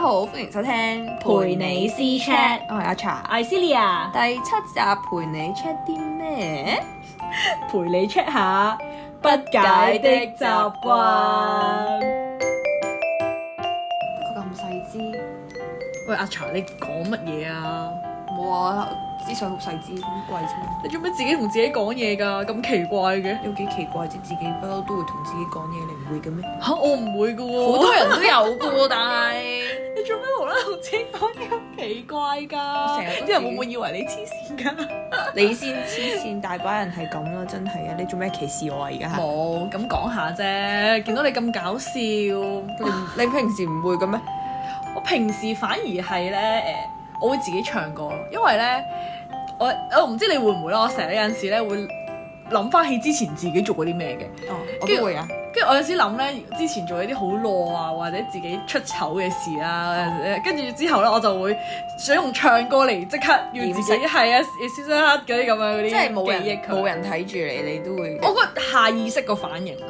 好，歡迎收聽陪你私 chat 我係阿茶，艾 Celia 第七集陪你 check 啲咩？陪你 check 下不解的習慣。佢咁細支，喂，阿茶，你講乜嘢啊？冇啊，支水好細支，咁貴啫，你做咩自己同自己講嘢㗎？咁奇怪嘅有幾奇怪啫？自己不嬲都會同自己講嘢，你唔會嘅咩？嚇、我唔會㗎喎。好多人都有嘅喎，但係 你做咩無啦啦同自己講嘢咁奇怪㗎？成日都啲人會唔會以為你黐線㗎？ 你先黐線，大把人係咁啦，真係啊！你做咩歧視我啊？而家係冇，咁講下啫。見到你咁搞笑。 你你平時唔會嘅咩？我平時反而係咧誒，我會自己唱歌，因為咧我我唔知你會唔會啦，我成日有陣時咧會諗翻起之前自己做過啲咩嘅，哦，我都會啊，跟住我有時諗咧之前做一啲好囉啊，或者自己出醜嘅事啦，誒跟住之後咧我就會想用唱歌嚟即刻要自己掩飾係啊消失黑嗰啲咁樣嗰啲，即係冇記憶人佢冇。人睇住你，你都會哦我覺得下意識個反應係。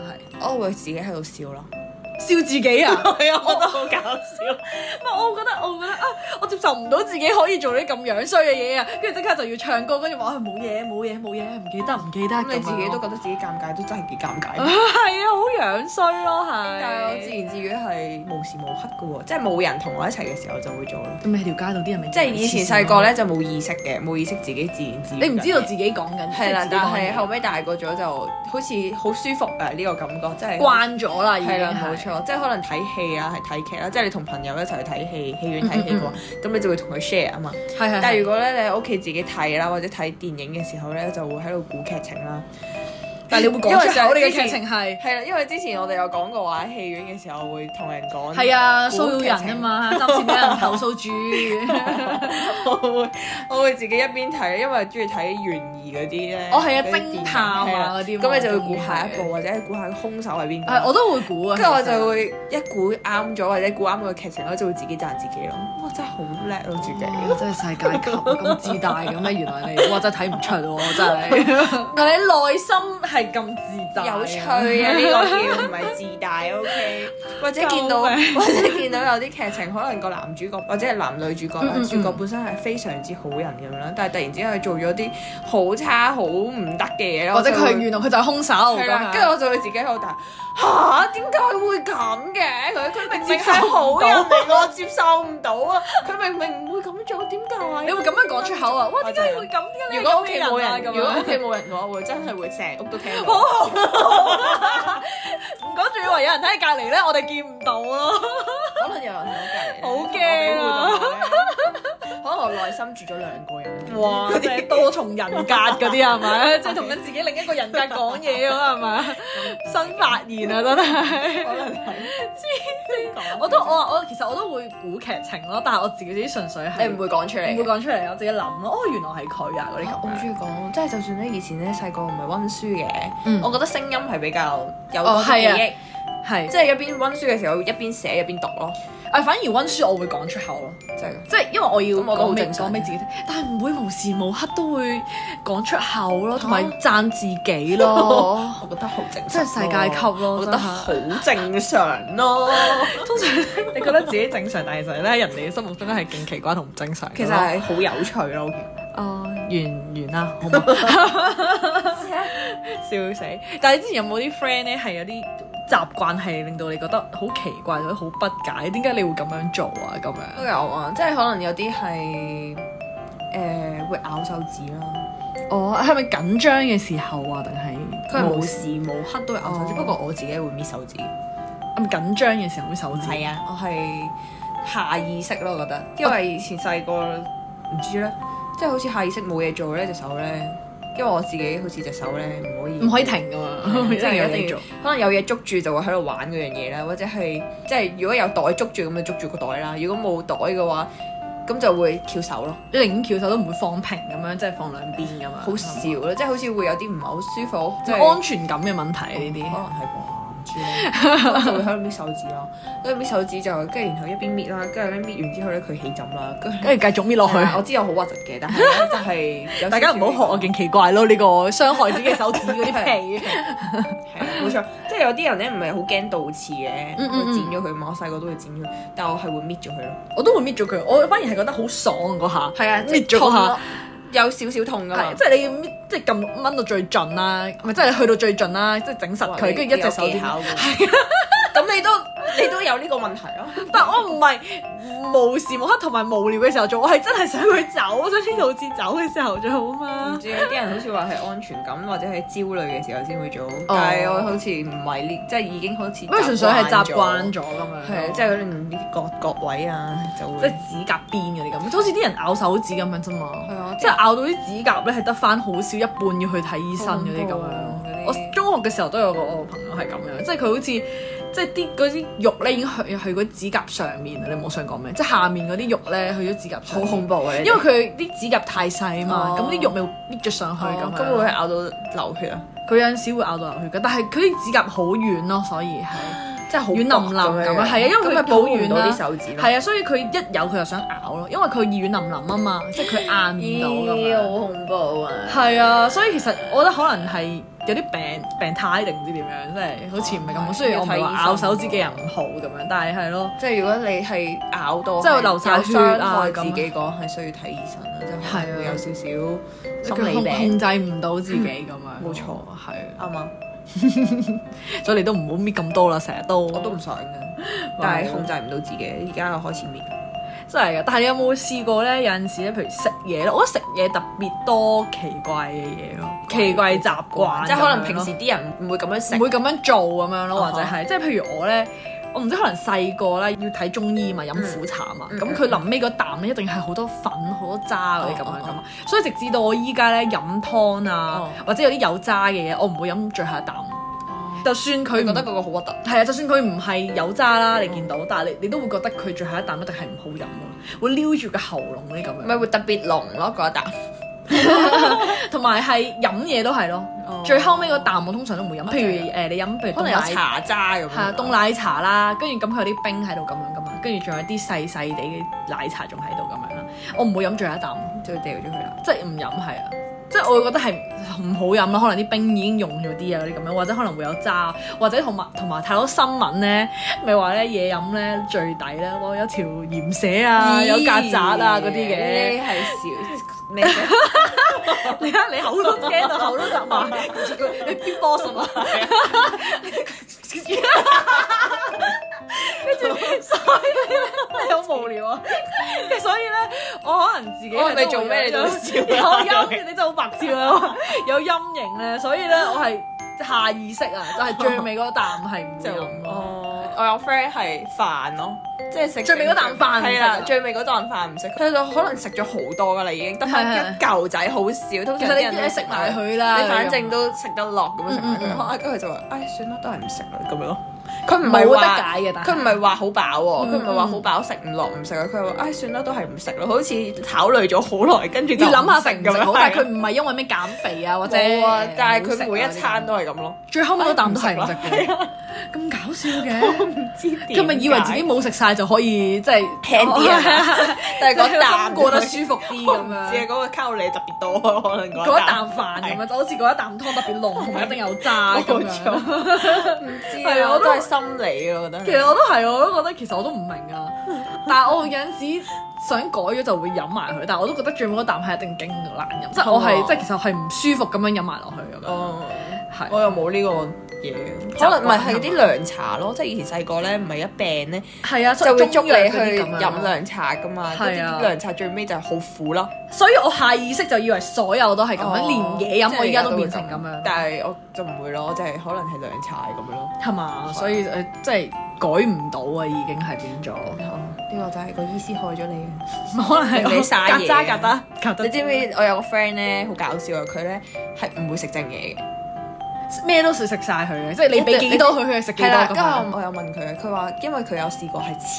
我會自己喺度笑咯。笑自己啊！ 係啊，我覺得好搞 笑。我覺得我覺得啊，我接受唔到自己可以做啲咁樣衰嘅嘢啊！跟住即刻就要唱歌，跟住話啊冇嘢冇嘢冇嘢，唔記得唔記得咁你自己都咁覺得自己尷尬，都真係幾尷樣尬。係啊，好樣衰咯係。但係我自言自語係無時無刻嘅喎，即係冇人同我一齊嘅時候就會做咯。咁你喺條街度啲人咪即係以前細個咧，就冇意識嘅，冇意識自己自言自語。啊你唔知道自己講緊，係啦，即但係自己係講緊後尾大個咗就好似好舒服啊！呢個感覺真係。慣咗啦，已經係啦，冇。錯，即係可能睇戲啊，係睇劇啦，即係你同朋友一齊去睇戲，戲院睇戲嘅話，咁你就會同佢 share 啊嘛。係係。但係如果咧你喺屋企自己睇啦，或者睇電影嘅時候咧，就會喺度估劇情啦。但係你會因講為出上口你嘅之前劇情係係啦，因為之前我哋有講過話喺戲院嘅時候會同人講，係啊，估騷擾人啊嘛， 暫時俾人投訴 住。我會我會自己一邊睇，因為中意睇懸疑嗰啲咧。哦係啊嗰啲電影偵探啊係啦嗰啲嘛咁你就會估下一步，或者係估下兇手係邊個。係，我都會估啊。跟住我其實就會一估啱咗，或者估啱個劇情，我就會自己讚自己咯。哇！真係好叻咯，自己。哇真係世界級咁自大嘅咩？原來你，哇真係睇唔出喎， 真係。但你內心係咁自大，有趣啊！呢個叫唔係自大，OK？或 者見到救命或者見到有啲劇情，可能個男主角或者係男女主角啦，嗯嗯嗯主角本身係非常之好人咁樣啦，但係突然之間佢做咗啲好差、好唔得嘅嘢咧， 或者我就會佢原來佢就係兇手啊係咁啦，樣。跟住我就會自己喺度打吓，點解會咁嘅？佢佢明明接受係好唔到人嚟，我接受唔到啊！佢明明唔會咁做，點解？你會咁樣講出口啊？哇！點解你會咁？如點解果屋你屋企企冇啊人，咁如果屋樣？企冇人嘅話，會真係會成屋都聽好到。好，唔講仲以為有人喺隔離咧，我哋見唔到咯。可能有人喺好我隔驚啊可能我內心住咗兩個 人。哇！ 即係多重人格嗰啲啊係 咪？即係同緊自己另一個人格講嘢咁啊係咪？新發現啊，真係。可能係黐我都我我其實我都會估劇情咯，但係我自己純粹係你唔會講出嚟唔嘅。會講出嚟，我自己諗咯。哦，原來係佢啊嗰啲啊我好中咁樣。意講，即係就算咧以前咧細個唔係温書嘅，嗯我覺得聲音係比較有哦多啲記係啊憶，係即係一邊温書嘅時候一邊寫一邊讀咯，啊，反而温書我會講出口咯，即係咁即係因為我要咁我都好講俾正常講俾自己聽，但係唔會無時無刻都會講出口咯，同埋讚自 己咯。我覺得好正常，哦真係世界級咯我覺得真係好正常咯。通常你覺得自己正常，但係其實咧人哋嘅心目中咧係勁奇怪同唔正常。其實係好有趣咯，啊，完完啦，好嘛？笑死！但係你之前有冇啲 friend 咧係有啲習慣係令到你覺得好奇怪或者好不解，點解你會咁樣做啊？咁都樣有啊，即係可能有啲係誒會咬手指啦，哦，係咪緊張嘅時候啊？定係佢係無時無刻都會咬手指，哦不過我自己會搣手指。咁緊張嘅時候會手指？係啊，我係下意識咯，我覺哦得，因為以前細個唔知咧，即係好似下意識冇嘢做咧，隻手咧，因為我自己好似隻手咧唔可以唔可以停噶 嘛，即係一定要嘢做。，可能有嘢捉住就會喺度玩嗰樣嘢啦，或者係即係如果有袋捉住咁就捉住個袋啦，如果冇袋嘅話，咁就會翹手咯，你寧願翹手都唔會放平咁樣，即係放兩邊咁樣。啊好少咯，即係好似會有啲唔係好舒服，即係咪，係安全感嘅問題呢可啲。能係啩。珠咧，就會喺度搣手指咯，跟住搣手指就跟住然後一邊搣啦，跟住咧搣完之後咧佢起枕啦，跟住跟住繼續搣落係啊我去。知道好核突嘅，但係咧就係有大家唔好學啊，勁奇怪咯！呢個傷害自己手指嗰啲皮，係啊冇錯，即係有啲人咧唔係好驚倒刺嘅，嗯嗯嗯會剪咗佢嘛，我細個都會剪咗，但我係會搣咗佢咯。我都會搣咗佢。我反而係覺得好爽啊嗰下，係啊，即搣咗嗰下痛咯，有少少痛啊噶嘛係，即係你要搣，即係撳掹到最盡啦，咪即係去到最盡啦，即係整實佢，跟住一隻手技指。巧係啊 咁你都你都有呢個問題咯。 但我唔係無時無刻同埋無聊嘅時候做，我係真係想佢走，想呢套節走嘅時候做啊唔嘛。知有啲人好似話係安全感或者係焦慮嘅時候先會做，但係我好似唔係呢，即係已經好似因為純粹係習慣咗，咗咁樣，係啊即係係可能啲角角位啊就即會係指甲邊嗰啲咁，好似啲人咬手指咁樣啫嘛。係啊即係咬到啲指甲咧，係得翻好少一半要去睇醫生嗰啲咁好恐怖啊嗰啲樣。我中學嘅時候都有個我朋友係咁樣，即係佢好似即係啲嗰啲肉咧已經去去嗰指甲上面啦，你冇想講咩？即係下面嗰啲肉咧去咗指甲上好面，恐怖啊嘅，因為佢啲指甲太細啊嘛，哦咁啲肉咪會搣咗上去哦咁樣。咁會唔會係咬到流血啊？佢有陣時會咬到流血嘅，但係佢啲指甲好軟咯，所以係即係好軟腍腍咁啊，係啊，因為佢保唔軟到啦啲，手指咯。係啊，所以佢一有佢就想咬咯，因為佢軟腍腍啊嘛，即係佢硬唔到咁樣。好恐怖啊！係啊，所以其實我覺得可能係有啲病病態定唔知點樣，即係好似唔係咁好。雖然我唔係話咬手指嘅人唔好咁樣，但係係咯，即係如果你係咬到，即係流晒血啊有傷害自己講係需要睇醫生啦，即係係啊會有少少心佢理控病，控制唔到自己咁樣。冇錯嗯係，啱啊嘛？所以你都唔好搣咁多啦，成日都我都唔想嘅， 但係控制唔到自己，而家又開始面。真係嘅，但係你有冇試過咧？有陣時咧，譬如食嘢咧，我覺得食嘢特別多奇怪嘅嘢咯，奇怪哦習慣咁樣咯，即係可能平時啲人唔會咁樣食啊唔，會咁樣做咁樣咯，啊哈或者係即係譬如我咧，我唔知可能細個啦，要睇中醫嘛，飲苦茶嘛，嗯咁佢臨尾嗰啖咧一定係好多粉、好多渣嗰啲咁樣哦哦噶嘛，所以直至到我依家咧飲湯啊哦，或者有啲有渣嘅嘢，我唔會飲最後一啖，就算佢佢唔覺得嗰個好核突。係啊，就算佢唔係有渣啦，你見到，但係你你都會覺得佢最後一啖一定係唔好飲咯，會撩住個喉嚨呢咁唔樣。係會特別濃咯嗰一啖，同埋係飲嘢都係咯，哦最後尾嗰啖我通常都唔會飲。譬真如誒，你飲譬如可凍能有奶，茶渣咁。係啊，凍奶茶啦，跟住咁佢有啲冰喺度咁樣噶嘛，跟住仲有啲細細地嘅奶茶仲喺度咁樣啦，我唔會飲最後一啖，就掉咗佢啦。即係唔飲係啊。即係我會覺得係唔好飲啦，可能啲冰已經溶咗啲啊嗰啲咁樣，或者可能會有渣，或者同埋同埋睇到新聞咧，咪話咧嘢飲咧最抵咧，哇有條鹽蛇啊，有曱甴啊嗰啲嘅。呢係少咩啫？ 你睇你口都驚到口都窒埋，你邊 boss 啊？跟住所以咧，你好無聊啊！跟住所以咧，我可能自己哦係都會你做咩你都有笑啊有陰，你真係好白痴啊！有陰影咧，所以咧，我係下意識啊，就係最尾嗰啖係唔會就飲咯。哦，我有 friend 係飯咯，即係食最尾嗰啖飯唔食係啦啊，最尾嗰啖飯唔食，啊佢就可能食咗好多噶啦，已經得翻係係一嚿仔，好少。通其常啲實你人你都食埋，佢啦，你反正都食得落咁樣食埋嗯嗯嗯佢，啊跟住佢就話：，唉，算啦，都係唔食啦咁樣咯。佢唔冇係得話。解嘅，但係啊佢唔係話好飽喎，嗯佢唔係話好飽食唔落唔食啊，佢話唉算啦都係唔食咯，好似考慮咗好耐，跟住就要諗下食唔食好，咁樣但係佢唔係因為咩減肥啊或者冇啊，但係好食啊佢每一餐都係咁咯，最後尾嗰啖都係唔食係啊嘅，咁搞 笑嘅，唔知點佢咪以為自己冇食晒就可以即係輕啲啊 係嘛，但係嗰啖過得舒服啲我咁唔知啊，樣。嗰個卡路里特別多， 可能嗰嗰一啖飯咁樣，就好似嗰一啖湯特別濃，同埋一定有渣咁冇樣。錯，唔知係啊，啊我我都都係心理啊，我覺得其實我都係，我都覺得其實我都唔明啊。但係我有陣時想改咗就會飲埋佢，但係我都覺得最尾嗰啖係一定勁難飲，即係我係嘛係即係其實係唔舒服咁樣飲埋落去咁樣。哦，係我又冇呢個嘢，可能唔係係啲涼茶咯，即係以前細個咧，唔係一病咧係啊，就會捉中你藥嗰去啲咁樣飲涼茶噶嘛，跟住係啊啲涼茶最尾就係好苦啦，所以我下意識就以為所有都係咁樣，哦連嘢即飲係我而家都會變成咁樣，但係我就唔會咯，就係可能係涼茶咁樣咯。係嘛？所以誒，即係改唔到啊，已經係變咗。呢個就係個醫師害咗你。 可能係你哦嘥嘢曱甴曱甴曱甴，你知唔知我有個 friend 咧好搞笑啊？佢咧係唔會食正嘢嘅。咩都食食晒佢嘅，即係你俾幾多佢，佢係食幾多係啦，咁跟住樣。我我有問佢，佢話因為佢有試過係超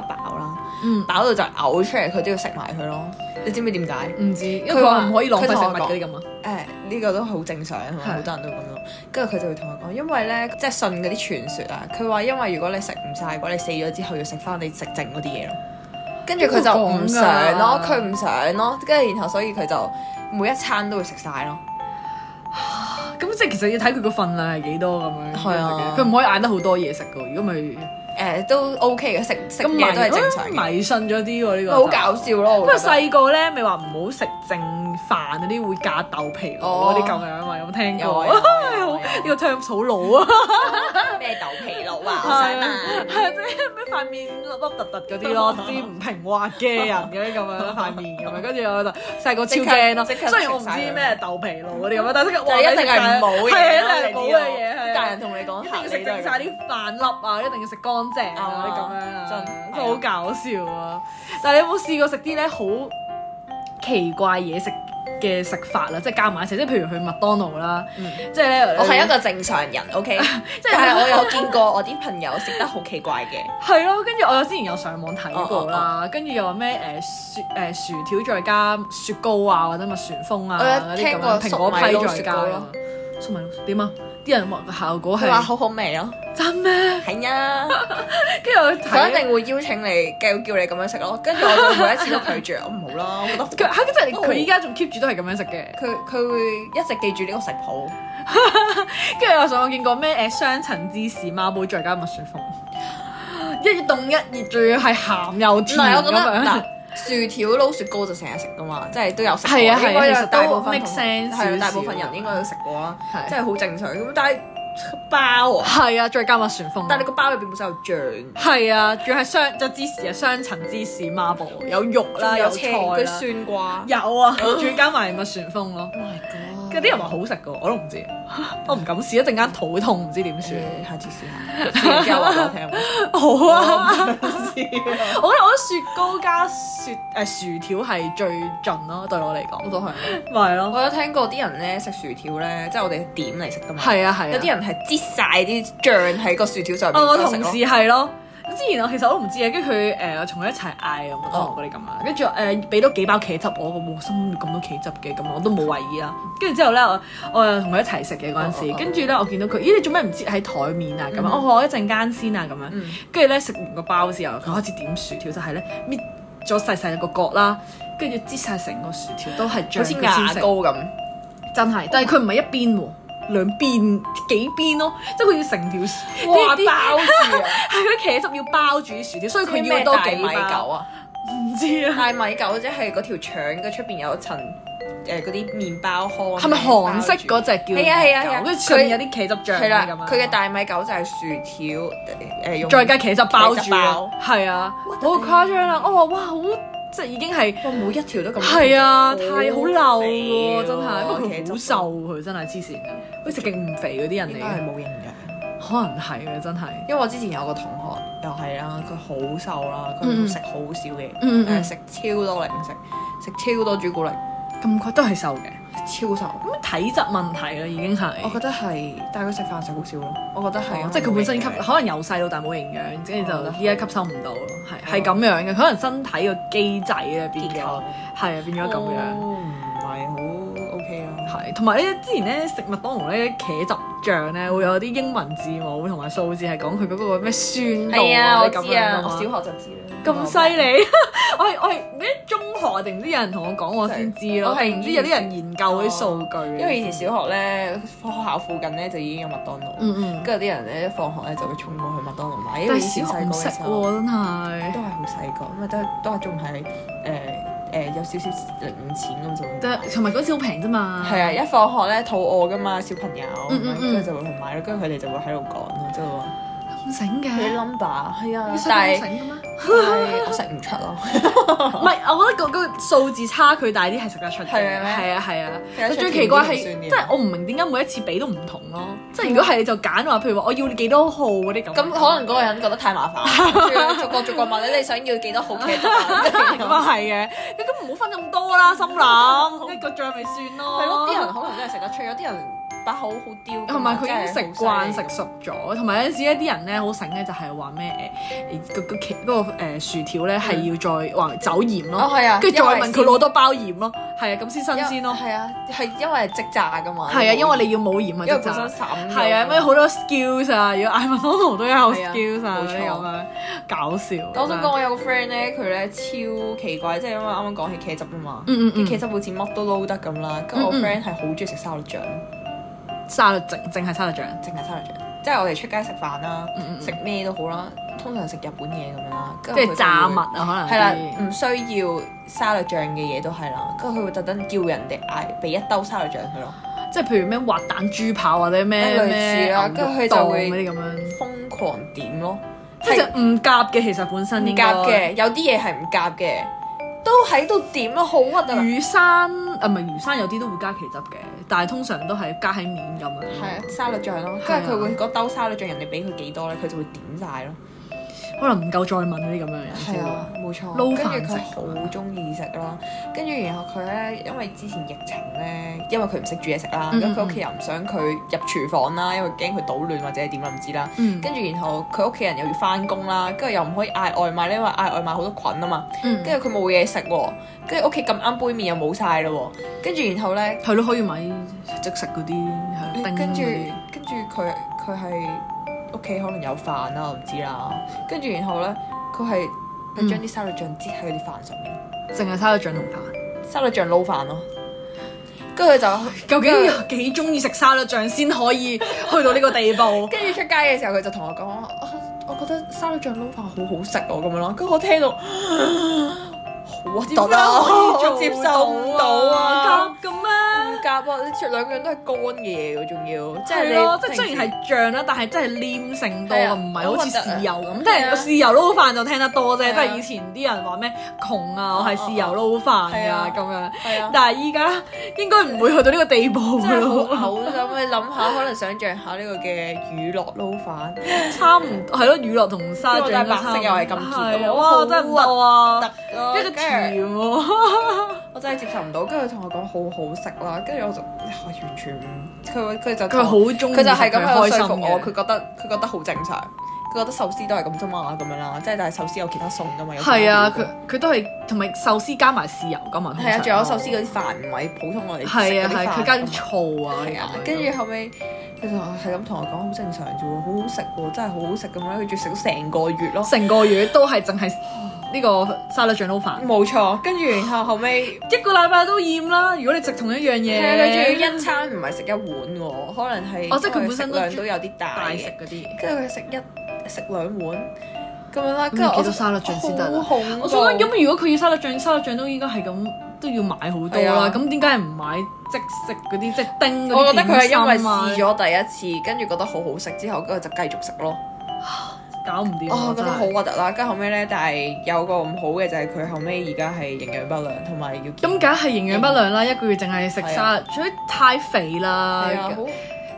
級飽啦，嗯，飽到就嘔出嚟，佢都要食埋佢咯。你知唔知點解？唔知，因為佢佢話話唔可以浪費食佢同物我嗰啲咁啊。誒呢個都好正常，係咪係好多人都咁諗。跟住佢就會同我講，因為咧即係信嗰啲傳說啊，佢話因為如果你食唔晒嘅話，你死咗之後要食翻你食剩嗰啲嘢咯。跟住佢就唔想咯，邊個佢講㗎唔想咯，跟住然後所以佢就每一餐都會食晒咯。咁即係其實要睇佢個份量係幾多咁樣。係啊佢唔可以嗌得好多嘢食嘅喎，如果咪誒、都 OK 嘅，食食咁嘢都係正常迷哦嘅，迷信咗啲喎呢個。好搞。笑咯。不我覺過得啊細個咧，咪話唔好食剩飯嗰啲會嫁豆皮哦嗰啲咁樣嘛，有冇聽有過？哎啊有 啊有啊有啊呢個 term 好老啊，咩豆皮佬啊，我哦係想啊問。 係啊即係咩塊面凹凹凸凸嗰啲咯，啲唔平滑嘅人嗰啲咁樣塊面咁樣，跟住我就細個超驚咯。即刻即刻雖然我唔知食晒佢咩豆皮佬嗰啲咁樣，但係即刻就一定係唔好嘅嘢咯，係啊一你定係冇知道嘅嘢，係但啊係人同哦你講一定嚇要食你都係咁哦淨晒啲飯粒啊，一定要食乾淨啊啲咁樣啊，真真係好搞笑啊！但係你有冇試過食啲咧好奇怪嘢食嘅食法啊啦？即係加埋一齊，即係譬如去麥當勞啦，嗯即係咧我係一個正常人，OK， 即係但係我 有見過我啲朋友食得好奇怪嘅，係咯，跟住我有之前有上網睇過哦啦，跟住又話咩誒薯誒薯條再加雪糕啊，或者麥旋風啊我有嗰啲聽咁過樣，蘋粟果批米撈再雪加糕咁咯樣粟米撈點啊？啲人話個效果佢話係好好味咯，真咩？係啊呀，跟住我 佢一睇。定會邀請你，繼續叫你咁樣食咯，跟住我就每一次都拒絕，我唔好啦，我覺 得佢嚇，即係佢依家仲 keep 住都係咁樣食嘅。佢佢會一直記住呢個食譜，跟住我上網見過咩誒雙層芝士孖寶再加蜜雪風，一凍一熱，仲要係鹹又唔甜係我咁覺得嗱樣。，薯條撈雪糕就成日食噶嘛，即係都有食過，係啊係啊應該有其實大都部分 make sense 係啊大少部少分人應該都食過啦，係即係好正常咁，但係包啊，係啊，再加蜜雪風。但係你個包裏邊本身有醬。係啊，仲要係雙就芝士係雙層芝士孖寶，有肉啦，有菜嗰啲啦，酸瓜。有啊，哦仲要加埋蜜雪風咯。Oh My God！跟住啲人話好食噶，我都唔知，我唔敢試，一陣間肚痛，唔知點算。誒下次試下，試完之後話俾我聽。好啊，試啊我覺得我覺得雪糕加雪誒薯條係最盡咯，對我嚟我講，都係。咪係 咯。我有聽過啲人咧食薯條咧，即係我哋點嚟食噶嘛。係啊係啊，有啲人係擠晒啲醬喺個薯條上面。哦，我同事係咯。之前我其實我都唔知嘅，跟住佢誒我同佢一齊嗌咁，哦我嗰啲咁啦，啊跟住誒俾多幾包茄汁我，我冇心咁多茄汁嘅，咁我都冇為意啦。跟住之後咧，我我又同佢一齊食嘅嗰陣哦哦時，哦跟住咧我見到佢，咦你做咩唔接喺台面啊？咁樣，嗯我話我一陣間先啊咁樣嗯。跟住咧食完個包之後，佢開始點薯條就係咧搣咗細細個角啦，跟住擠晒成個薯條都係醬好似佢先牙食膏咁，真係，但係佢唔係一邊喎，兩邊幾邊咯，即係佢要成條哇啲啲包住啊！ 係嗰啲茄汁要包住啲薯條，所以佢佢要要多多幾幾米包狗。啊！唔知啊，大米狗即係嗰條腸嘅出邊有層誒嗰啲麵包糠。啊係咪韓式嗰隻叫？係啊係啊係啊跟住上面有啲茄汁醬係啦咁樣，佢嘅大米狗就係薯條誒用再加茄汁包茄汁住啊包，係啊， What 好 the 誇張啊！我話哇，好即係已經係。哇！每一條都咁係啊，好太好漏肥啊喎，真係，喎不過佢好瘦，佢真係黐線啊嘅，好似勁唔肥嗰啲人應嚟該係嘅，冇營養。可能係嘅，真係。因為我之前有個同學又係啦，佢好瘦啦，嗯佢食好少嘢，嗯嗯但係食超多零食，食超多朱古力，咁佢都係瘦嘅，超瘦。咁體質問題啦，已經係。我覺得係，但係佢食飯食好少咯。我覺得係哦啊，即係佢本身吸，冇營養可能由細到大冇營養，跟住就哦依家吸收唔到咯，係係哦咁樣嘅，可能身體個機制咧變咗，結係構啊變咗咁樣，哦唔係好 OK 啊咯。係同埋咧之前咧食麥當勞咧茄汁醬咧會有啲英文字母同埋數字係講佢嗰個咩酸度係啊，啊我啲咁知樣啊，㗎我嘛小學就知啦。咁犀利， 我係我係唔知中學定唔知有人同我講我先知咯，我係唔知有啲人研究啲數據，哦因為以前小學咧，學校附近咧就已經有麥當勞。嗯嗯，跟住啲人咧放學咧就會衝過去麥當勞買，因為但係以前小細學唔個識嘅時候喎真係都。係好細個，咁啊都係都係仲係誒誒有少少零錢咁就會買。同埋嗰次好平啫嘛，係啊，一放學咧肚餓噶嘛，小朋友，啊嗯嗯嗯跟住就會去買咯，跟住佢哋就會喺度講咯，即係話咁醒嘅，你 number 係啊你想但咁係醒嘅咩？但係我食唔出咯， 唔係，我覺得個個數字差距大啲係食得出嘅，係咪咩係啊係啊。食得出最奇怪係，甜啲同酸啲即係我唔明點解每一次俾都唔同咯。即係如果係你就揀話，譬如話我要幾多號嗰啲咁。咁可 能嗰個人覺得太麻煩，跟住逐個逐個問你你想要幾多好茄汁啊咁啊係嘅，咁咁唔好分咁多啦，心諗一個醬咪算咯。係咯，啲人可能真係食得出，有啲人把口好刁㗎嘛，同埋佢真已經食係好慣犀利食熟咗，同埋有陣時一啲人咧好醒咧，就係話咩誒誒個個茄嗰個誒薯條咧係要再話走鹽哦咯，係啊，跟住再問佢攞多多包鹽咯，係啊，咁先新鮮咯，係啊，係因為係即炸噶嘛，係啊，因為你要冇鹽啊，因為即本係身散係啊，咩好多 skills 啊，如果艾文方圖都有係啊 skills 啊冇嗰啲錯咁樣，搞笑。啊我想講，我有個 friend 咧，佢咧超奇怪，即係因為啱啱講起茄汁啊嘛，嗯嗯啲茄嗯，汁好似乜都撈得咁啦。跟住我嗯嗯 friend 係好中意食沙律醬，沙律淨淨係沙律醬，淨係沙律醬。即係我哋出街食飯啦嗯嗯，嗯食咩都好啦，通常食日本嘢咁樣啦。跟即住佢係炸物就會啊，可能係啦，啲唔需要沙律醬嘅嘢都係啦。跟住佢會特登叫人哋嗌俾一兜沙律醬佢咯，即係譬如咩滑蛋豬扒或者咩嗯類似啦咩牛跟住佢肉就檔會嗰啲咁樣。瘋狂點咯，即係唔夾嘅，其實本身唔應該夾嘅，有啲嘢係唔夾嘅，都喺度點咯，好核突啊。魚生啊，唔係魚生有啲都會加茄汁嘅，但係通常都係加喺面咁樣。係啊，沙律醬咯，跟住佢會嗰兜沙律醬，人哋俾佢幾多咧，佢就會點晒咯。可能唔夠再問嗰啲咁樣人先係會啊，冇錯。撈飯跟住食佢好中意食啦，跟住然後佢咧，因為之前疫情咧，因為佢唔識煮嘢食啦，嗯咁佢嗯屋企人唔想佢入廚房啦，因為驚佢搗亂或者係點啦，唔知啦。嗯跟住然後佢屋企人又要翻工啦，跟住又唔可以嗌外賣咧，因為嗌外賣好多菌啊嘛。嗯，跟住佢冇嘢食喎，跟住屋企咁啱杯麵又冇晒啦喎，跟住然後咧係咯，可以買即食嗰啲係咯叮嗯跟住嗰啲跟住佢佢係屋企可能有飯啦，我唔知啦。跟住然後咧，佢係佢將啲沙律醬擠喺佢啲飯上面，淨係沙律醬同飯。沙律醬撈飯咯。跟住佢就究竟有幾中意食沙律醬先可以去到呢個 地步？跟住出街嘅時候，佢就同我講：啊我覺得沙律醬撈飯好好食喎，咁樣咯。跟住我聽到好核突啊，我接受唔到 啊！夾嘅咩？唔夾啊！你出兩樣都係乾嘅嘢喎，仲要即即係係你咯，即係雖平時然係醬啦，但係真係黏性多係啊啊，唔係好似好核突啊豉油咁。係即係啊豉油撈飯就聽得多啫，係即啊係以前啲人話咩窮啊，我係豉油撈飯係啊啊咁樣。係啊。但係依家應該唔會去到呢個地步真係咯，好嘔咁，你諗下，可能想像下呢個嘅乳酪撈飯，差唔多係咯，乳酪同沙因為我醬戴都白差唔色多又係咁結係啊嘅哇好真係唔得啊！特咯，一個跟住甜喎，我真係接受唔到，跟住佢同我講好好食啦，跟住我就我完全唔，佢佢就佢好中意，佢就係咁樣開去心說服我，嘅佢。覺得佢覺得好正常，佢覺得壽司都係咁啫嘛，咁樣啦，即係但係壽司有其他餸噶嘛，有係啊，飯佢佢都係同埋壽司加埋豉油噶嘛，係啊，仲有壽司嗰啲飯唔係普通我哋食係嗰啊啲係，飯佢加㗎啲嘛醋啊，係啊，咁樣跟住後尾佢就係咁同我講好正常啫喎，好好食喎，真係好好食咁樣，佢仲食咗成個月咯。成個月都係淨係呢個沙律醬撈飯，冇錯，跟住然後後尾，一個禮拜都厭啦。如果你食同一樣嘢，係啊，你仲要一餐唔係食一碗喎，可能係哦即係佢本身因都為食量都有啲大大食嘅，嗰啲。跟住佢食一食兩碗咁樣啦，咁跟住要我嗯幾多就沙律醬先得啊好恐怖我想講，咁如果佢要沙律醬，沙律醬都應該係咁都要買好多係啊啦。咁點解唔買即食嗰啲即叮嗰啲我覺得佢係因為點心試啊咗第一次，跟住覺得好好食之後，跟住就繼續食咯。搞唔掂啊，哦，覺真得係好核突啦！跟住後尾咧，但係有個唔好嘅就係佢後尾而家係營養不良，同埋要咁梗係營養不良啦，一個月淨係食係啊沙律，所以太肥啦係。啊，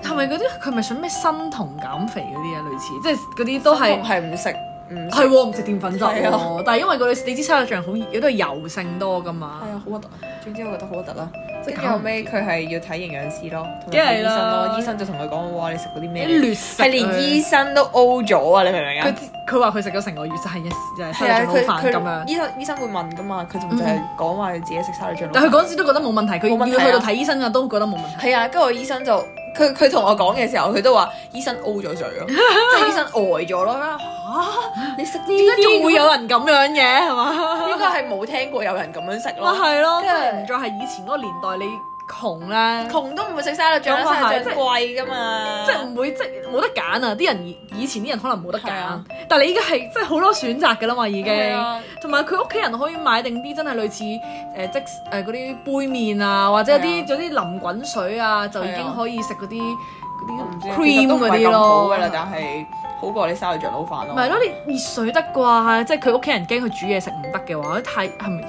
好係咪嗰啲佢咪想咩生酮減肥嗰啲啊？類似即係嗰啲都係同。係唔食唔食係喎，唔食澱粉質係喎啊，但係因為佢你知沙律醬好有都係油性多噶嘛係，啊，好核突。總之我覺得好核突啦。即係跟住後尾佢係要睇營養師咯，同梗埋睇係醫生啦咯。醫生就同佢講：哇，你食嗰啲你咩？劣食啊係連醫生都 O 咗啊！你明唔明佢啊？佢話佢食咗成個月就係一就係係啊沙，律佢醬撈飯咁佢樣，嗯醫生醫生會問噶嘛，佢就就係講話佢自己食沙律醬。但係佢嗰陣時都覺得冇問題，佢冇問題啊要去到睇醫生啊都覺得冇問題。係啊，跟住我醫生就佢佢同我講嘅時候，佢都話醫生 O 咗嘴 咯，即係醫生呆咗咯。嚇！你食呢點解仲啲會有人咁樣嘅係嘛？應該係冇聽過有人咁樣食咪咯。係咯，即跟住係唔再係以前嗰個年代你窮咧，窮都唔會食沙律醬啦，咁啊係沙律即醬係貴噶嘛。即係唔會即係冇得揀啊！啲人以以前啲人可能冇得係啊揀，但係你依家係即係好多選擇㗎啦嘛已係經。啊同埋佢屋企人可以買定啲真係類似誒、呃即誒嗰啲杯麵啊，或者有係啲有啲淋滾水啊，就已係啊經可以食嗰啲嗰我唔啲知 cream 嗰其實都啲唔係咁好咯噶。啦，但係好過你沙律醬撈飯咯。唔係咯，你熱水得啩？即係佢屋企人驚佢煮嘢食唔得嘅話，太係咪？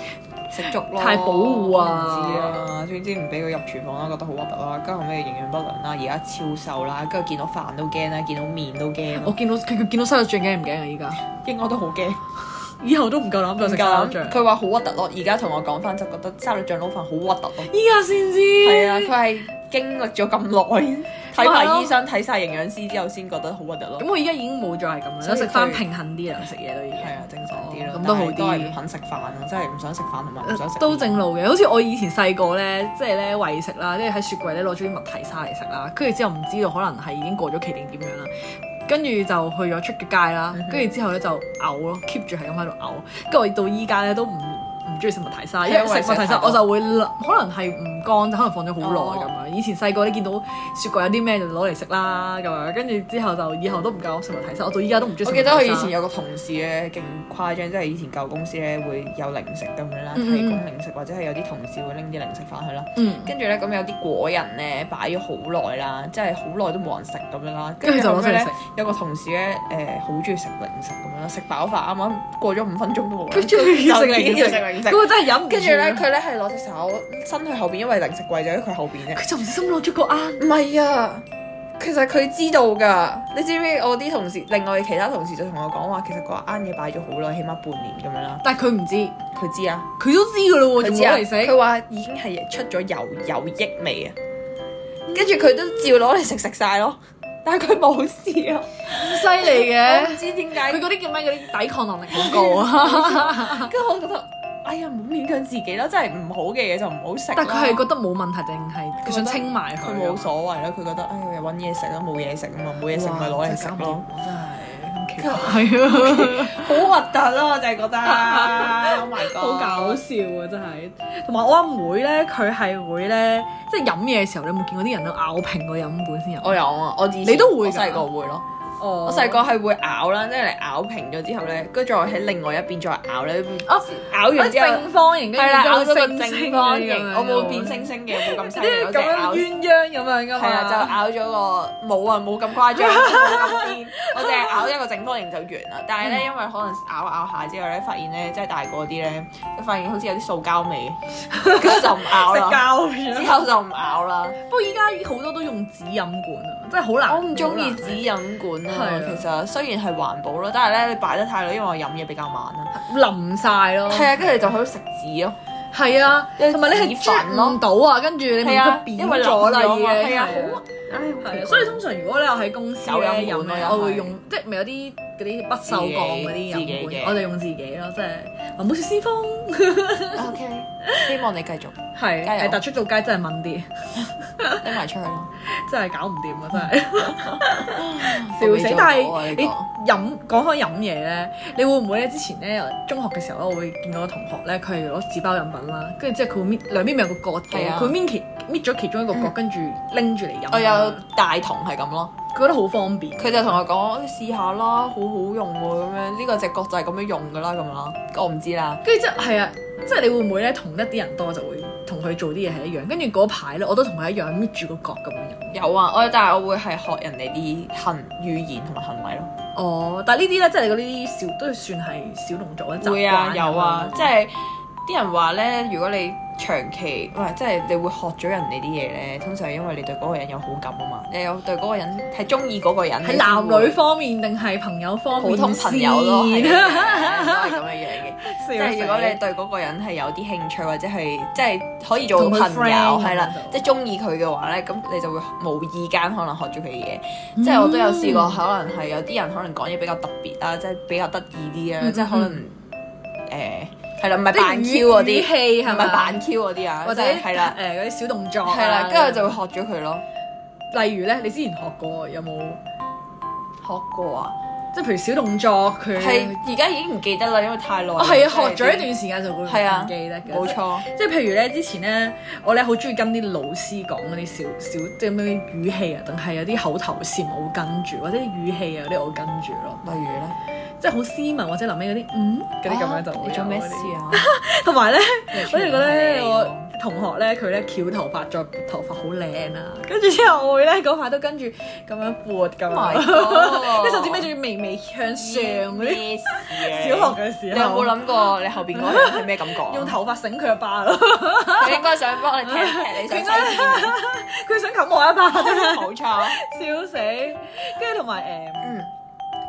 食粥咯，太保護啊唔知啊，總之唔俾佢入廚房啦，覺得好核突啦，跟住後尾營養不良啦，而家超瘦啦，跟住見到飯都驚啦，見到麵都驚我啦，見到佢佢見到沙律醬驚唔驚啊？依家應該都好驚。以後都唔夠膽再食沙律醬。佢話好核突咯，而家同我講翻就覺得沙律醬撈飯好核突咯。依家先知。係啊，佢係經歷咗咁 耐，睇埋醫生、睇晒營養師之後，先覺得好核突咯咁。我而家已經冇再係咁樣所以啦，佢食翻平衡啲啦，食嘢都已經係啊，正常啲咯。哦咁都好但係都係啲唔肯食飯啊，真係唔想食飯同埋唔想食。都正路嘅。好似我以前細個咧，即係咧餵食啦，即係喺雪櫃咧攞咗啲麥提沙嚟食啦，跟住之後唔知道可能係已經過咗期定點樣啦。跟住就去咗出咗街啦，嗯跟住之後咧就嘔咯，keep 住係咁喺度嘔，跟住我到依家咧都唔唔中意食麥提沙，因為因為食麥提食太沙多我就會諗可能係唔乾，就可能放咗好耐咁哦樣。以前細個你見到雪櫃有啲咩就攞嚟食啦咁樣，跟住之後就以後都唔夠食麥提沙，我到依家都唔中我記意食麥提得沙。我以前有個同事咧，勁誇張，即係以前舊公司咧會有零食咁樣啦，嗯嗯提供零食或者係有啲同事會拎啲零食翻去啦。嗯跟住咧，咁有啲果仁咧擺咗好耐啦，即係好耐都冇人食咁樣啦。跟住就攞後出尾嚟咧食，有個同事咧，誒好中意食零食咁樣啦，食飽飯啱啱過咗五分鐘都冇啦，跟住要食就已經零要食，食零食嗰。個真係忍唔住啊。跟住咧，佢咧係攞隻手伸去後邊，因為零食櫃就喺佢後邊啫。佢就唔小心攞咗個啱，唔係啊，其實佢知道㗎。你知唔知我啲同事，另外其他同事就同我講話，其實嗰啱嘢擺咗好耐，起碼半年咁樣啦。但係佢唔知，佢知啊，佢都知噶咯喎，佢仲知攞啊，嚟食。佢話已經係出咗油有益味啊。跟住佢都照攞嚟食食晒咯，但係佢冇事啊。咁犀利 我唔嘅，知點佢解，嗰啲叫咩？嗰啲抵抗能力好 高啊！跟住我覺得，哎呀，唔好勉強自己啦，真係唔好嘅嘢就唔好食啦。但佢係覺得冇問題定係佢想清埋佢佢冇所謂啦，佢覺得哎呀揾嘢食啦，冇嘢食啊嘛，冇嘢食咪攞嚟食咯。，哇真係搞唔掂我真係係啊！好核突咯，我就係覺 得，Oh my god， 好搞笑啊！真係，同埋我阿妹咧，佢係會咧，即係飲嘢嘅時候，你有冇見過啲人都咬平個飲管先我飲？有啊，我以前你都我會㗎細個會咯，哦我細個係會咬啦，即係你咬平咗之後咧，跟住再喺另外一邊再咬咧，哦咬完之後正方形，跟係住啦，咬咗之後個星正星方咁樣形，我冇變星星嘅，冇咁即細嘅，係我咁淨係樣咬。鴛鴦咁樣噶係嘛，啊，就咬咗個冇啊，冇咁誇張，冇咁癲，我淨係咬一個正方形就完啦。但嗯係咧，因為可能咬咬下之後咧，發現咧，即係大個啲咧，發現好似有啲塑膠味，跟住就唔咬食啦。膠之片。後就唔咬啦。不過依家好多都用紙飲管啊，真係好難。我唔中意紙飲管係啊啊，其實雖然係環保咯，但係咧你擺得太耐，因為我飲嘢比較慢啦。淋晒咯。係啊，跟住就喺度食紙咯。係啊，有同埋你紙係粉捽唔到啊，跟住你咪係啊佢，扁因為咗啦已經。係啊，係好啊啊，唉係啊，所以通常如果你又喺公司有咧飲飲管咧，啊我係會用即係咪有啲嗰啲不鏽鋼嗰啲自己飲嘅管，我就用自己咯，即係環保小先鋒。啊 OK，希望你繼續係加油係，但出到街真係問啲，拎埋出去咯。真係搞唔掂啊！真係。我笑未死！做但過啊係呢你個飲講開飲嘢咧，你會唔會咧？之前咧，中學嘅時候咧，我會見到個同學咧，佢係攞紙包飲品啦，跟住之後佢會搣兩邊咪有個角嘅係，啊佢會搣其搣咗其中一個角，嗯跟住拎住嚟飲。啊我有大同係咁咯，佢覺得好方便。佢就同我講你試下啦，好好用喎咁樣，呢個隻角就係咁樣用噶啦咁啦，我唔知啦。跟住之後係啊，即係你會唔會咧同一啲人多就會同佢做啲嘢係一樣？跟住嗰排咧，我都同佢一樣搣住個角咁樣飲。有啊，我但係我會係學人哋啲行語言同埋行為咯。哦，但係呢啲咧，即係嗰啲小都算係小動作嘅習慣。會啊，有啊，即係啲人話咧，如果你長期唔係即係你會學咗人哋啲嘢咧，通常係因為你對嗰個人有好感啊嘛，你有對嗰個人係中意嗰個人，喺你先男會女方面定係朋友方面普通朋友咯，係先 嘅都係咁樣樣嘅。即即係如果你對嗰個人係有啲興趣，或者係即係可以做同佢朋友， friend 係啦咁樣，即係中意佢嘅話咧，咁你就會無意間可能學咗佢嘅嘢。即係我都有試過，可能係有啲人可能講嘢比較特別啦，即係比較得意啲啊，嗯即係可能誒係啦，唔係扮扮 Q 嗰啲，氣係係咪咪扮 Q 嗰啲啊？或者即係係啦，哦誒嗰啲小動作啊係啦，跟住就會學咗佢咯。例如咧，你之前學過有冇？學過啊，即係譬如小動作佢係而家已經唔記得啦，因為太耐啦。嗯哦係啊，學真哦咗係一段時間就會係啊唔記得嘅，冇。錯，即係譬如咧，之前咧，我咧好中意跟啲老師講嗰啲小小即係咩語氣啊，定係有啲口頭禪我會跟住，或者啲語氣啊嗰啲我會跟住咯，例如咧，即係好斯文或者臨尾嗰啲嗯嗰啲咁樣就啊會你有做咩嗰事啲 啊？同埋咧，我我哋覺得我同學咧，佢咧翹頭髮，再撥頭髮好靚啦。跟住之後我會咧嗰排都跟住咁樣撥咁 Oh My 樣， God 跟住甚至尾仲要微微向上嗰啲。咩事啊？ 小學嘅時你有候，冇諗過你後邊嗰個人係咩感覺啊？用頭髮醒佢一巴咯？佢應該想幫你踢一踢 你想妻子佢想冚我一巴，真係冇錯。笑死！跟住同埋誒，嗯，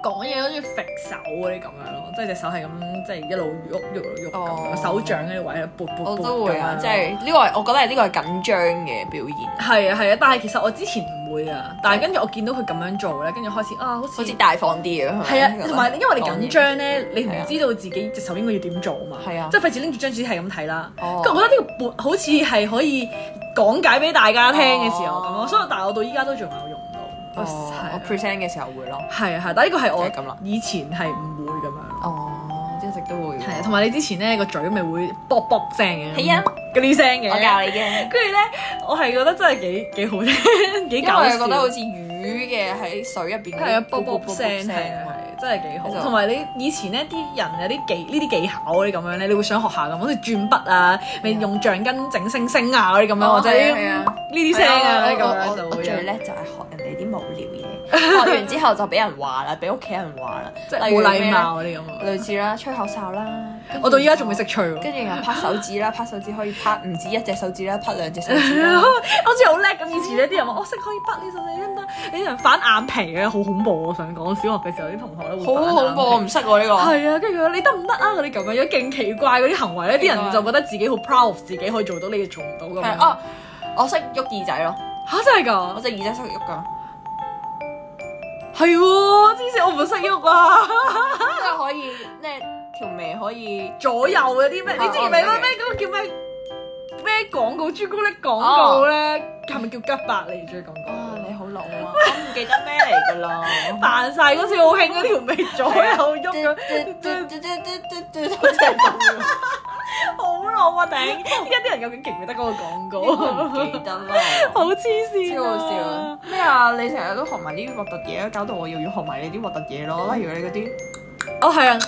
講嘢跟住揈手嗰啲咁樣咯，即係隻手係咁即係一路喐喐喐咁哦樣，手掌嗰啲位啊，撥撥我撥都會咁樣啊，咯即係呢個係我覺得係呢個係緊張嘅表現，係啊係啊，但係其實我之前唔會啊，但係跟住我見到佢咁樣做咧，跟住開始啊，好似好似大方啲嘅，係啊咪，同埋因為你講緊嘢張咧，你唔係啊知道自己隻手應該要點做嘛，係啊即係費事拎住張紙係咁睇啦。哦跟住我覺得呢個撥好似係可以講解俾大家聽嘅時候咁哦咯，所以但係我到依家都仲有用到。哦係啊我 present 嘅時候會咯，係啊係，但係呢個係就係咁啦我以前係唔會咁樣咯。哦，一直都會，係啊，同埋你之前咧個嘴咪會卜卜聲嘅，係啊，嗰啲聲嘅。我教你嘅，跟住咧，我係覺得真係幾幾好聽， 幾因為搞我笑。覺得好似魚嘅喺水入邊嗰啲係啊，卜卜聲聲係啊喎，係真係幾好。就同埋你以前咧啲人有啲技呢啲技巧嗰啲咁樣咧，你會想學下咁，好似轉筆啊，咪用橡筋整星星啊嗰啲咁樣，哦或者係啊係啊呢啲聲啊嗰啲我咁樣我就我會最有。叻就係學人哋啲無聊嘢，學完之後就俾人話啦，俾屋企人話啦，即係例如咩冇禮咧貌嗰啲咁啊！類似啦，吹口哨啦，跟住我到依家仲未識吹喎，跟住又拍手指啦，拍手指可以拍唔止一隻手指啦，拍兩隻手指啦。 好似好叻咁。以前呢啲人話我識可以筆呢種你得唔得？你人反眼皮嘅，好恐怖啊！我想講小學嘅時候啲同學咧會好反眼恐皮怖，我唔識喎呢個。係啊，跟住佢話你得唔得啊？嗰啲咁樣，有勁奇怪嗰啲行為咧，啲人就覺得自己好 proud of 自己可以做到，你哋做唔到咁係樣。啊，我識喐耳仔咯，嚇真係我㗎，隻耳仔識喐㗎，係喎，之前我唔識喐啊， 即係可以咩條眉可以。左右嗰啲咩？啊你之前咪我咩明咩嗰個叫咩咩廣告朱古力廣告咧，係咪叫吉百利最廣啊，告？你好老啊！我唔記得咩嚟㗎啦。扮晒嗰次好興嗰條眉左 右喐咁，好似係咁樣好老啊頂！依家啲人究竟記唔記得嗰個廣我唔告？記得啦。好黐線超啊，好笑啊！咩啊？你成日都學埋呢啲核突嘢，搞到我又要學埋你啲核突嘢咯。例如你嗰啲哦，係啊。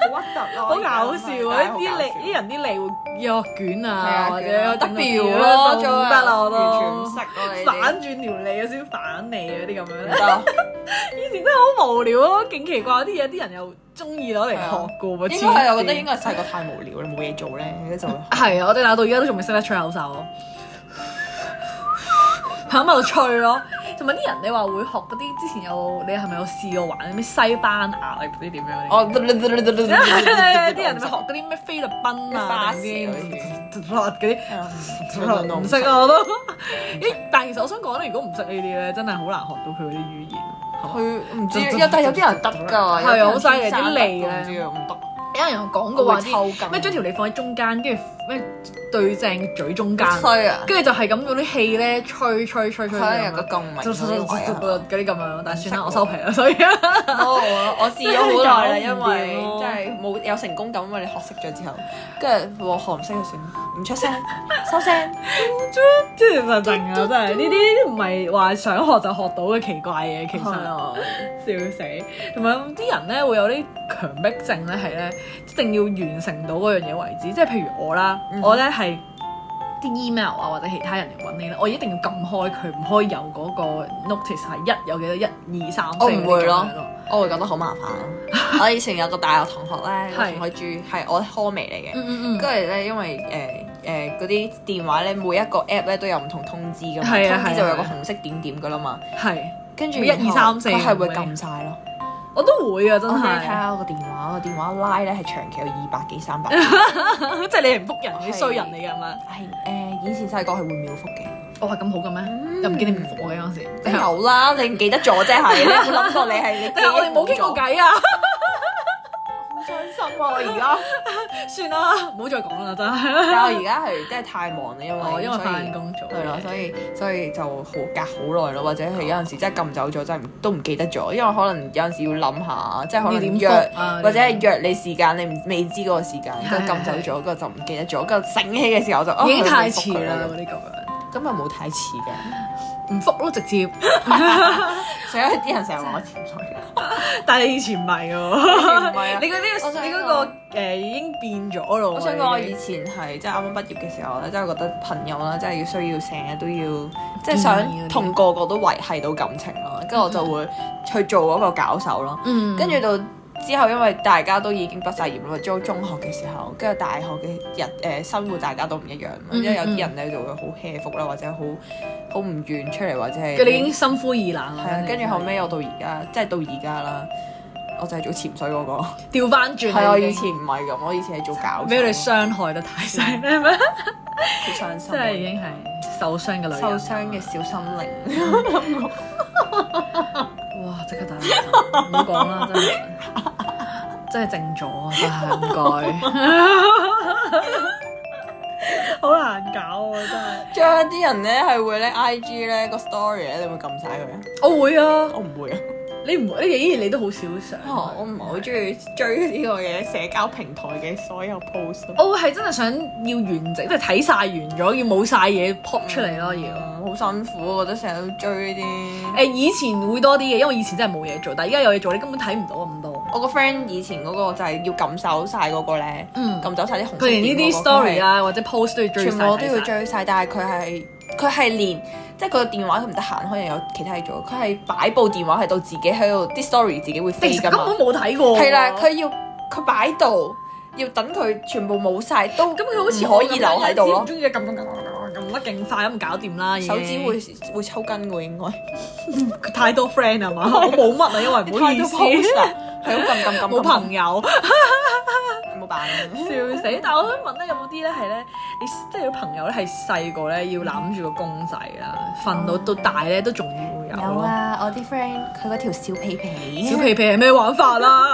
好核突咯，好搞笑啊！而家真係啲好搞笑脷啲人啲脷會有卷係啊，啊，或者有卷得整個表表咯，都唔做啊得啦，我都完全唔識咯，你哋反轉條脷啊，先反脷嗰啲咁樣唔咧。得。以前真係好無聊咯，勁奇怪啲嘢，啲人又中意攞嚟學噶喎。應該係我覺得應啊應該該係細個太無聊啦，冇嘢做咧，你就會係啊！我哋鬧到而家都仲未識得吹口哨咯，喺度吹咯。同埋啲人你話會學嗰啲，之前有你係咪有試過玩咩西班牙定唔知點樣嗰啲？哦，啲 啲人咪學嗰啲咩菲律賓啊花嗰式啲嗰嗰啲，嗯唔識啊我都。咦？但係其實我想講咧，如果唔識呢啲咧，真係好難學到佢嗰啲語言。係嘛佢唔知，有但係有啲人得㗎，係好犀利啲脷唔呢知啊，唔得。有人有講過我話會抽啲筋咩將條脷放喺中間，跟住咩對正嘴中間，衰啊！跟住就係咁用啲氣咧吹吹吹吹佢咁係有個樣。共鳴就就就就嗰啲位啊嗰啲咁樣，但係算啦，我唔識喎收皮啦，所以啊我哦我試咗好耐啦，因為真係搞唔掂咯真係冇有成功感，因為你學識咗之後，跟住我學唔識就算啦，唔出 聲，收聲。即係就定啊！真係呢啲唔係話想學就學到嘅奇怪嘢，其實。啊，笑死！同埋有啲人咧會有啲強迫症咧，係咧一定要完成到嗰樣嘢為止。即係譬如我啦，嗯我咧係啲 email 啊或者其他人嚟揾你咧，我一定要撳開佢，唔可以有嗰個 notice 係一有幾多一二三四我唔會咯嗰啲咁樣我會覺得好麻煩。我以前有個大學同學 咧，係同佢住係我科微嚟嘅，嗯嗯跟住咧因為誒誒嗰啲電話咧，每一個 app 咧都有唔同通知噶嘛，係啊通知係就啊有個紅色點點噶啦嘛，嗯，係跟住會一二三四然後佢係會咁樣撳晒咯。我都會啊，真我俾你睇係，下我個電話，我電話拉咧係長期有二百幾三百。 即係你係唔復人，你係衰人嚟㗎嘛？係誒，以前細個係會秒覆嘅。我哦係咁好嘅咩？又唔見你唔復我嘅嗰陣時，梗 有啦，你唔記得咗啫，係你有冇諗過你係你？但啊係我哋冇傾過，偈 啊！好傷心啊！我而家，算啦，唔好再講啦，真係。 但我而家係真係太忙啦，因為 哦，因為所以翻工做嘢。係啦，所以所以就好隔好耐咯，或者係有陣時真係撳走咗，真係唔都唔記得咗，因為可能有陣時要諗下，即係可要能點約復啊或者係約你時間，你唔未知嗰個時間，係就撳走咗，跟住就唔記得咗，跟住醒起嘅時候就哦已經太佢遲冇覆佢啦，嗰啲咁樣，咁又冇太遲嘅， 唔復咯直接。所以啲人成日話我潛水， 但係你以前唔係喎，唔係啊你。嗰我想啲你嗰講個誒已經變咗咯喎。我想講，我已以經前係即係啱啱畢業嘅時候咧，即係覺得朋友啦，即係要需要成日都要，即係想同個個都維係到感情咯。跟住我就會去做嗰個搞手咯。嗯跟住到之後因為大家都已經畢晒業啦嘛，到中學嘅時候，跟住大學嘅日誒、呃生活大家都唔一樣嘛，因為有嗯啲人咧就會好 hea 福啦，或者好好唔願出嚟，或者係佢哋已經心灰意冷啦係啊，。跟住後尾我又到而家，即係到而家啦，我就係做潛水嗰、個。調翻轉啦，係我啊已經以前唔係咁，我以前係做搞手，俾佢哋傷害得太犀利，係啊咪好傷真係已心，啊經係受傷嘅女人啊受傷嘅小心靈。 哇！即刻打冷震，唔好講啦，真係真係靜咗啊！真係唔 該，好難搞啊！真係，仲有啲人咧係會咧 IG 咧個 story 咧，你會撳晒佢啊？我會啊，我唔會啊，你唔會，你依然你都好少上，哦我唔係好中意追呢個嘢社交平台嘅所有 post 啊咯。我係真係想要完整，即係睇晒完咗，要冇晒嘢 pop 出嚟咯，要。嗯好辛苦，我覺得成日都追呢啲。誒以前會多啲嘅，因為以前真係冇嘢做，但係而家有嘢做，你根本睇唔到咁多。我個 friend 以前嗰個就係要撳手晒嗰個咧，嗯撳走晒啲紅色佢連呢點啲嗰個 story，啊或者 post 都要追全曬部我都要睇晒。追晒。但係佢係佢係連即係佢個電話佢唔得閒，可能有其他嘢做。佢係擺部電話喺度，自己喺度啲 story 自己會飛其實㗎根嘛本。冇睇過。啊係啦，佢要佢擺度，要等佢全部冇晒都咁佢好似唔可以留喺度唔咯。中意撳撳撳撳撳撳得勁快咁搞掂啦，已經手指會會抽筋喎，應該佢太多 friend 係嘛？我冇乜啊，因為唔好意 思，啦，係咁撳撳撳，冇朋友，撳冇扮。笑死！但係我想問咧，有冇啲咧係咧，你即係有朋友咧係細個咧要攬住個公仔啦，瞓到到大咧都仲要有有咯。啊，我啲 friend 佢嗰條小啊屁屁，小屁屁係咩玩法啊啦？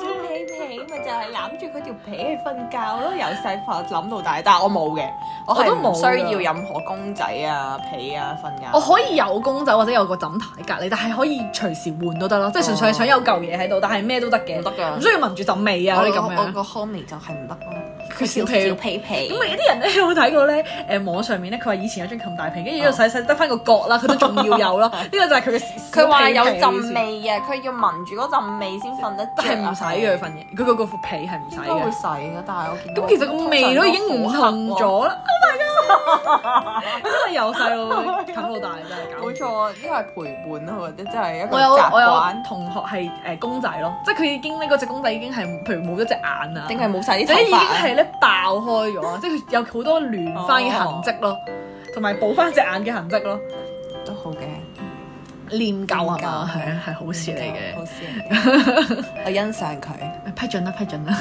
小屁屁咪就係攬住佢條被去瞓覺咯，由細發諗到大，但係我冇嘅，我我係都唔冇㗎需要任何公仔啊、被啊瞓覺。 我可以有公仔或者有個枕頭喺隔離，但係可以隨時換都得咯，即係純粹係想有嚿嘢喺度，但係咩都得嘅，唔得㗎哦唔需要聞住陣味啊嗰啲咁我我樣。個 homie 就係唔得咯，佢小小屁小屁屁咁。啊！有啲人咧有冇睇過咧？誒網上面咧，佢話以前有張冚大被，跟住呢度細細得翻個角啦，佢都仲要有 咯。呢個就係佢嘅小佢話有屁屁陣，味啊，佢要聞住嗰陣味先瞓得着啊。但係唔使嘅佢份嘢，佢個個副被係唔使應該會嘅。洗嘅，但係我見到咁其實個味都已經唔通同常都好咗啦。Oh my god！真係由細到冚到大真黑喎。係搞唔冇掂。錯，呢個係陪伴啊咯，我覺得真係一個我有習我有慣，同學係誒公仔咯，即係佢已經呢嗰隻公仔已經係譬如冇咗隻眼啊，定係冇晒啲或頭者已經髮啊。係咧爆開咗，啊即係佢有好多亂翻嘅痕跡咯，同埋補翻隻眼嘅痕跡咯。都好嘅，念舊係嘛？念舊係啊，係好事嚟嘅。好事嚟嘅 我欣賞佢。批准啦，批准啦。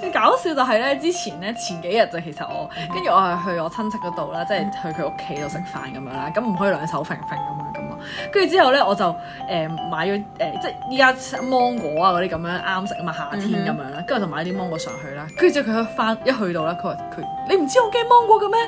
最 搞笑就係咧，之前咧前幾日就其實我跟住我係去我親戚嗰度啦，即係去佢屋企度食飯咁樣啦，咁唔可以兩手揈揈咁樣咁啊。跟住之後咧，我就誒、買咗誒、即係依家芒果啊嗰啲咁樣啱食啊嘛，夏天咁樣啦，跟住我就買啲芒果上去啦。跟住之後佢一翻一去到啦，佢話佢你唔知我驚芒果嘅咩？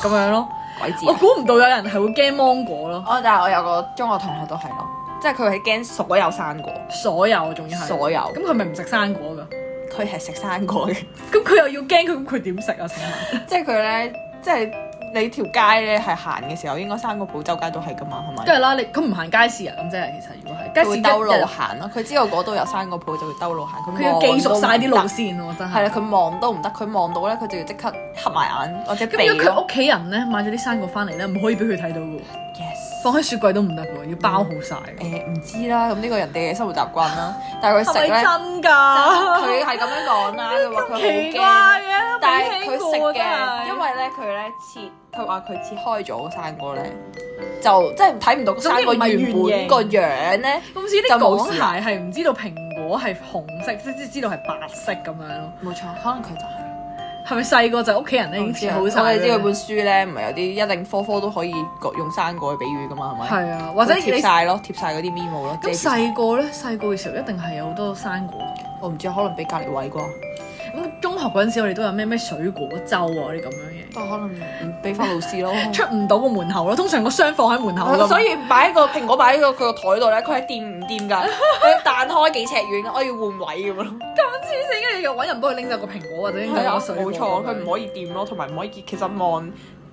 咁樣咯，鬼知我啊。估唔到有人係會驚芒果咯，我但係我有個中學同學都係咯，即係佢係驚所有生果，所有仲要係所有咁佢咪唔食生果㗎？佢係食生果 嘅，咁佢又要驚佢，咁佢 點食啊？請問即係佢咧，即係你條街咧係行嘅時候，應該生果鋪周街都係噶嘛，係咪？梗係啦，你佢唔行街市啊？咁即係其實如果係佢街市會一兜路啊日行咯。佢知道嗰度有生果鋪，就會兜路行。佢要記熟晒啲路路，線喎，真係啦，係。佢望都唔得，佢望到咧，佢就要即刻合埋眼或者咁如避果佢咯。屋企人咧買咗啲生果翻嚟咧，唔可以俾佢睇到嘅喎， Yes，放喺雪櫃都唔得嘅喎，要包好晒。誒唔知啦，咁呢個人哋嘅生活習慣啦。但係佢嗯啊食係咪咧，真㗎？佢係咁樣講啦，佢話佢好奇怪啊驚。嘅，但係佢食未聽過嘅，因為咧佢咧切，佢話佢切開咗個生果咧，就即係睇唔到個生果總之唔係原圓本形個樣咧。真係咁似就啲冇港事孩係唔知道蘋果係紅色，即即知道係白色咁樣咯。冇錯，可能佢就係。係咪細個就屋企人咧已我經唔知切啊好晒我啦？哋知佢本書咧，唔係有啲一定科科都可以各用生果去比喻噶嘛，係咪？係啊，或者會貼你晒咯，貼晒嗰啲 memo 咯。遮咁住細個咧，細個嘅時候一定係有好多生果。我唔知，可能俾隔離位啩，咁中學嗰陣時，我哋都有咩咩水果粥啊嗰啲咁樣都可能唔俾翻老師 咯。嘢，出唔到個門口咯。通常個箱放喺門口㗎嘛所以擺個蘋果擺喺個佢個台度咧，佢係掂唔掂 㗎？佢要彈開幾尺遠㗎，我要換位咁樣咯。黐線，跟住又揾人幫佢拎走個蘋果或者拎走個水冇果。錯，佢唔可以掂咯，同埋唔可以其實望。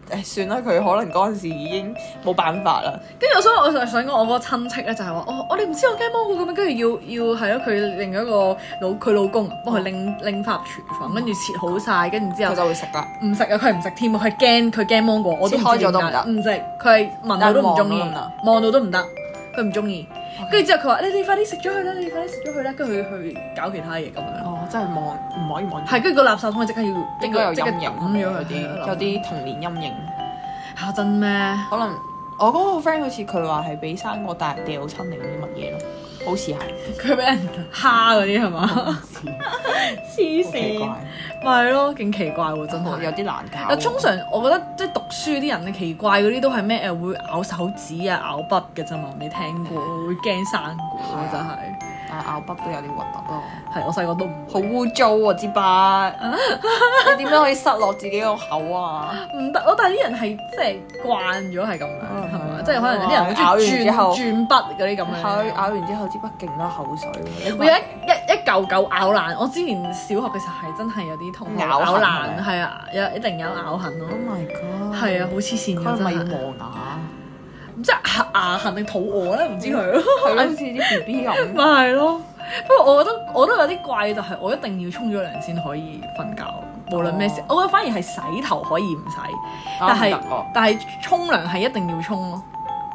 誒算啦，佢可能嗰陣時已經冇辦法啦。跟住我想我就想講，我嗰個親戚咧就係話，哦，我哋唔知我驚芒果咁樣，跟住要要係咯，佢另一個老佢老公啊幫佢拎拎翻入廚房，跟住切好晒，跟住之後佢就會食啦。唔食啊，佢係唔食添啊，佢係驚佢驚芒果，我都唔知切開咗都唔點解得唔食，佢係聞到都唔中但望都意唔得，望到都唔得，佢唔中意。跟住之後佢話：你哋快啲食咗佢啦，你哋快啲食咗佢啦，跟住佢去搞其他嘢咁樣。哦，真係望唔可以望住，係，跟住個垃圾桶佢即刻要應該有陰影，咁樣有啲有啲童年陰影。嚇真咩？可能我嗰個 friend 好似佢話係俾生果但係掉親定唔知乜嘢咯，好似係佢俾人蝦嗰啲係嘛？黐好奇怪，咪係咯，勁奇怪喎，真係有。啲難搞。嗱， 通常我覺得即係讀書啲人咧奇怪嗰啲都係咩誒會咬手指啊、咬筆嘅啫嘛，未聽過，會驚生果啊真係。但係咬筆都有啲核突咯，係啊我細個都唔好污糟喎支筆，你點樣可以塞落自己個口 啊？唔得咯，但係啲人係即係慣咗係咁樣，嗯係嘛嗯？即係可能有啲人咬好完中意之轉後轉筆嗰啲咁咬樣。咬完之後支筆勁多口水喎，會有一一一嚿嚿咬爛，我之前小學嘅時候係真係有啲同學咬咬痕係咪爛，係啊，有一定有咬痕咯 Oh，my god！係啊，好黐線佢嘅係真咪要係，磨牙？唔知係牙痕定肚餓咧，唔知 佢咯。係咯，好似啲 B B 咁。咪係咯。不過我覺得我都有啲怪，就係我一定要沖咗涼先可以瞓覺，無論咩事。哦我覺得反而係洗頭可以唔洗，但係啊唔得喎但係沖涼係一定要沖咯。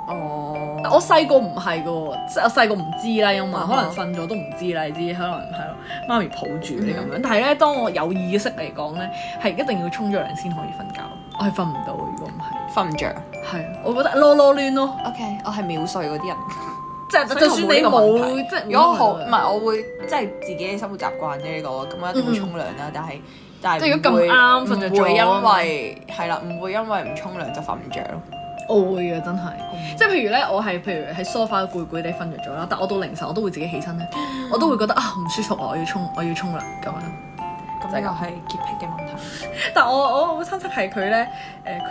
哦，我細個唔係嘅喎，即係我細個唔知啦，因為嗯哼可能瞓咗都唔知啦，你知可能係咯，媽咪抱住你咁樣。但係咧，當我有意識嚟講咧，係一定要沖咗涼先可以瞓覺，我係瞓唔到嘅，如果唔係。瞓唔着。係，啊我覺得囉囉攣咯， OK，我係秒睡嗰 啲人。即係就算你冇，即係如果好，唔係我會即係自己嘅生活習慣啫呢個，咁我一定會沖涼啦。但係但係嗯即係如果咁唔會啱瞓着唔會咗嗯因為係啦，唔會因為唔沖涼就瞓唔着咯。我會嘅，真係。即係譬如咧，我係譬如喺 sofa 攰攰地瞓着咗啦，但我到凌晨我都會自己起身咧，我都會覺得啊唔舒服啊，我要沖我要沖涼咁樣。咁呢個係潔癖嘅問題。但我我好親戚係佢咧，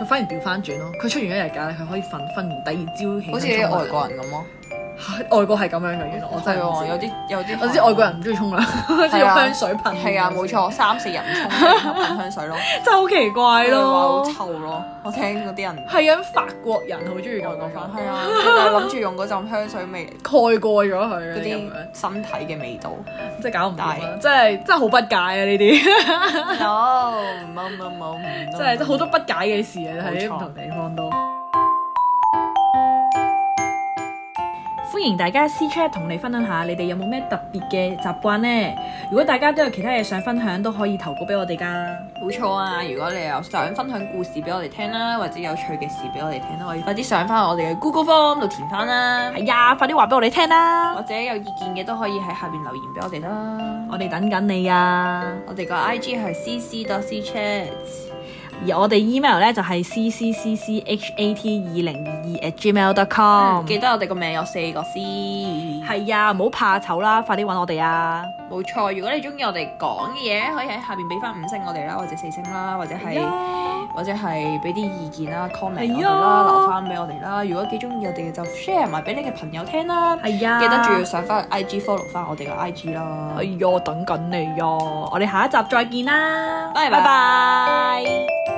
誒、佢反而調翻轉咯，佢出完一日假咧，佢可以瞓，瞓完第二朝起身好似沖涼啲外國人咁咯，嚇外國係咁樣嘅，原來我真係係唔喎知有啲有啲我知外國人嗯唔中意沖涼，即係係啊用香水噴。係啊，冇，錯，三四日唔沖涼噴香水咯， 真係好奇怪佢哋話啊好咯。臭咯。我聽嗰啲人係啊，法國人好中意外咁國樣翻，係啊，佢哋諗住用嗰陣香水味蓋過咗佢嗰嗰啲咁樣，啲身體嘅味道。即係搞唔掂但啊！真係真係好不解啊！呢啲。 No，冇冇冇，即係好多不解嘅事啊！冇喺錯唔同地方都。歡迎大家私 chat 同你分享下，你哋有冇咩特別嘅習慣呢？如果大家都有其他嘢想分享，都可以投稿俾我哋噶。冇錯啊！如果你又想分享故事俾我哋聽啦，或者有趣嘅事俾我哋聽啦，可以快啲上翻我哋嘅 Google Form 度填翻啦。係哎呀，快啲話俾我哋聽啦！或者有意見嘅都可以喺下邊留言俾我哋啦。我哋等緊你啊！我哋個 I G 係 C C dot C Chat。而我哋 email 咧就係 c c c c h a t 二零二二 at gmail dot com。記得我哋個名有四個 C。係呀，唔好怕醜啦，快啲揾我哋啊！冇錯。如果你中意我哋講嘅嘢，可以喺下邊俾翻五星我哋啦，或者四星啦，或者係。或者係俾啲意見啦、comment 我哋啦、係啊留翻俾我哋啦。如果幾中意我哋嘅就 share 埋俾你嘅朋友聽啦。係啊呀，記得仲要上翻 IG follow 翻我哋嘅 IG 啦哎。呀，等緊你呀！我哋下一集再見啦，拜拜拜拜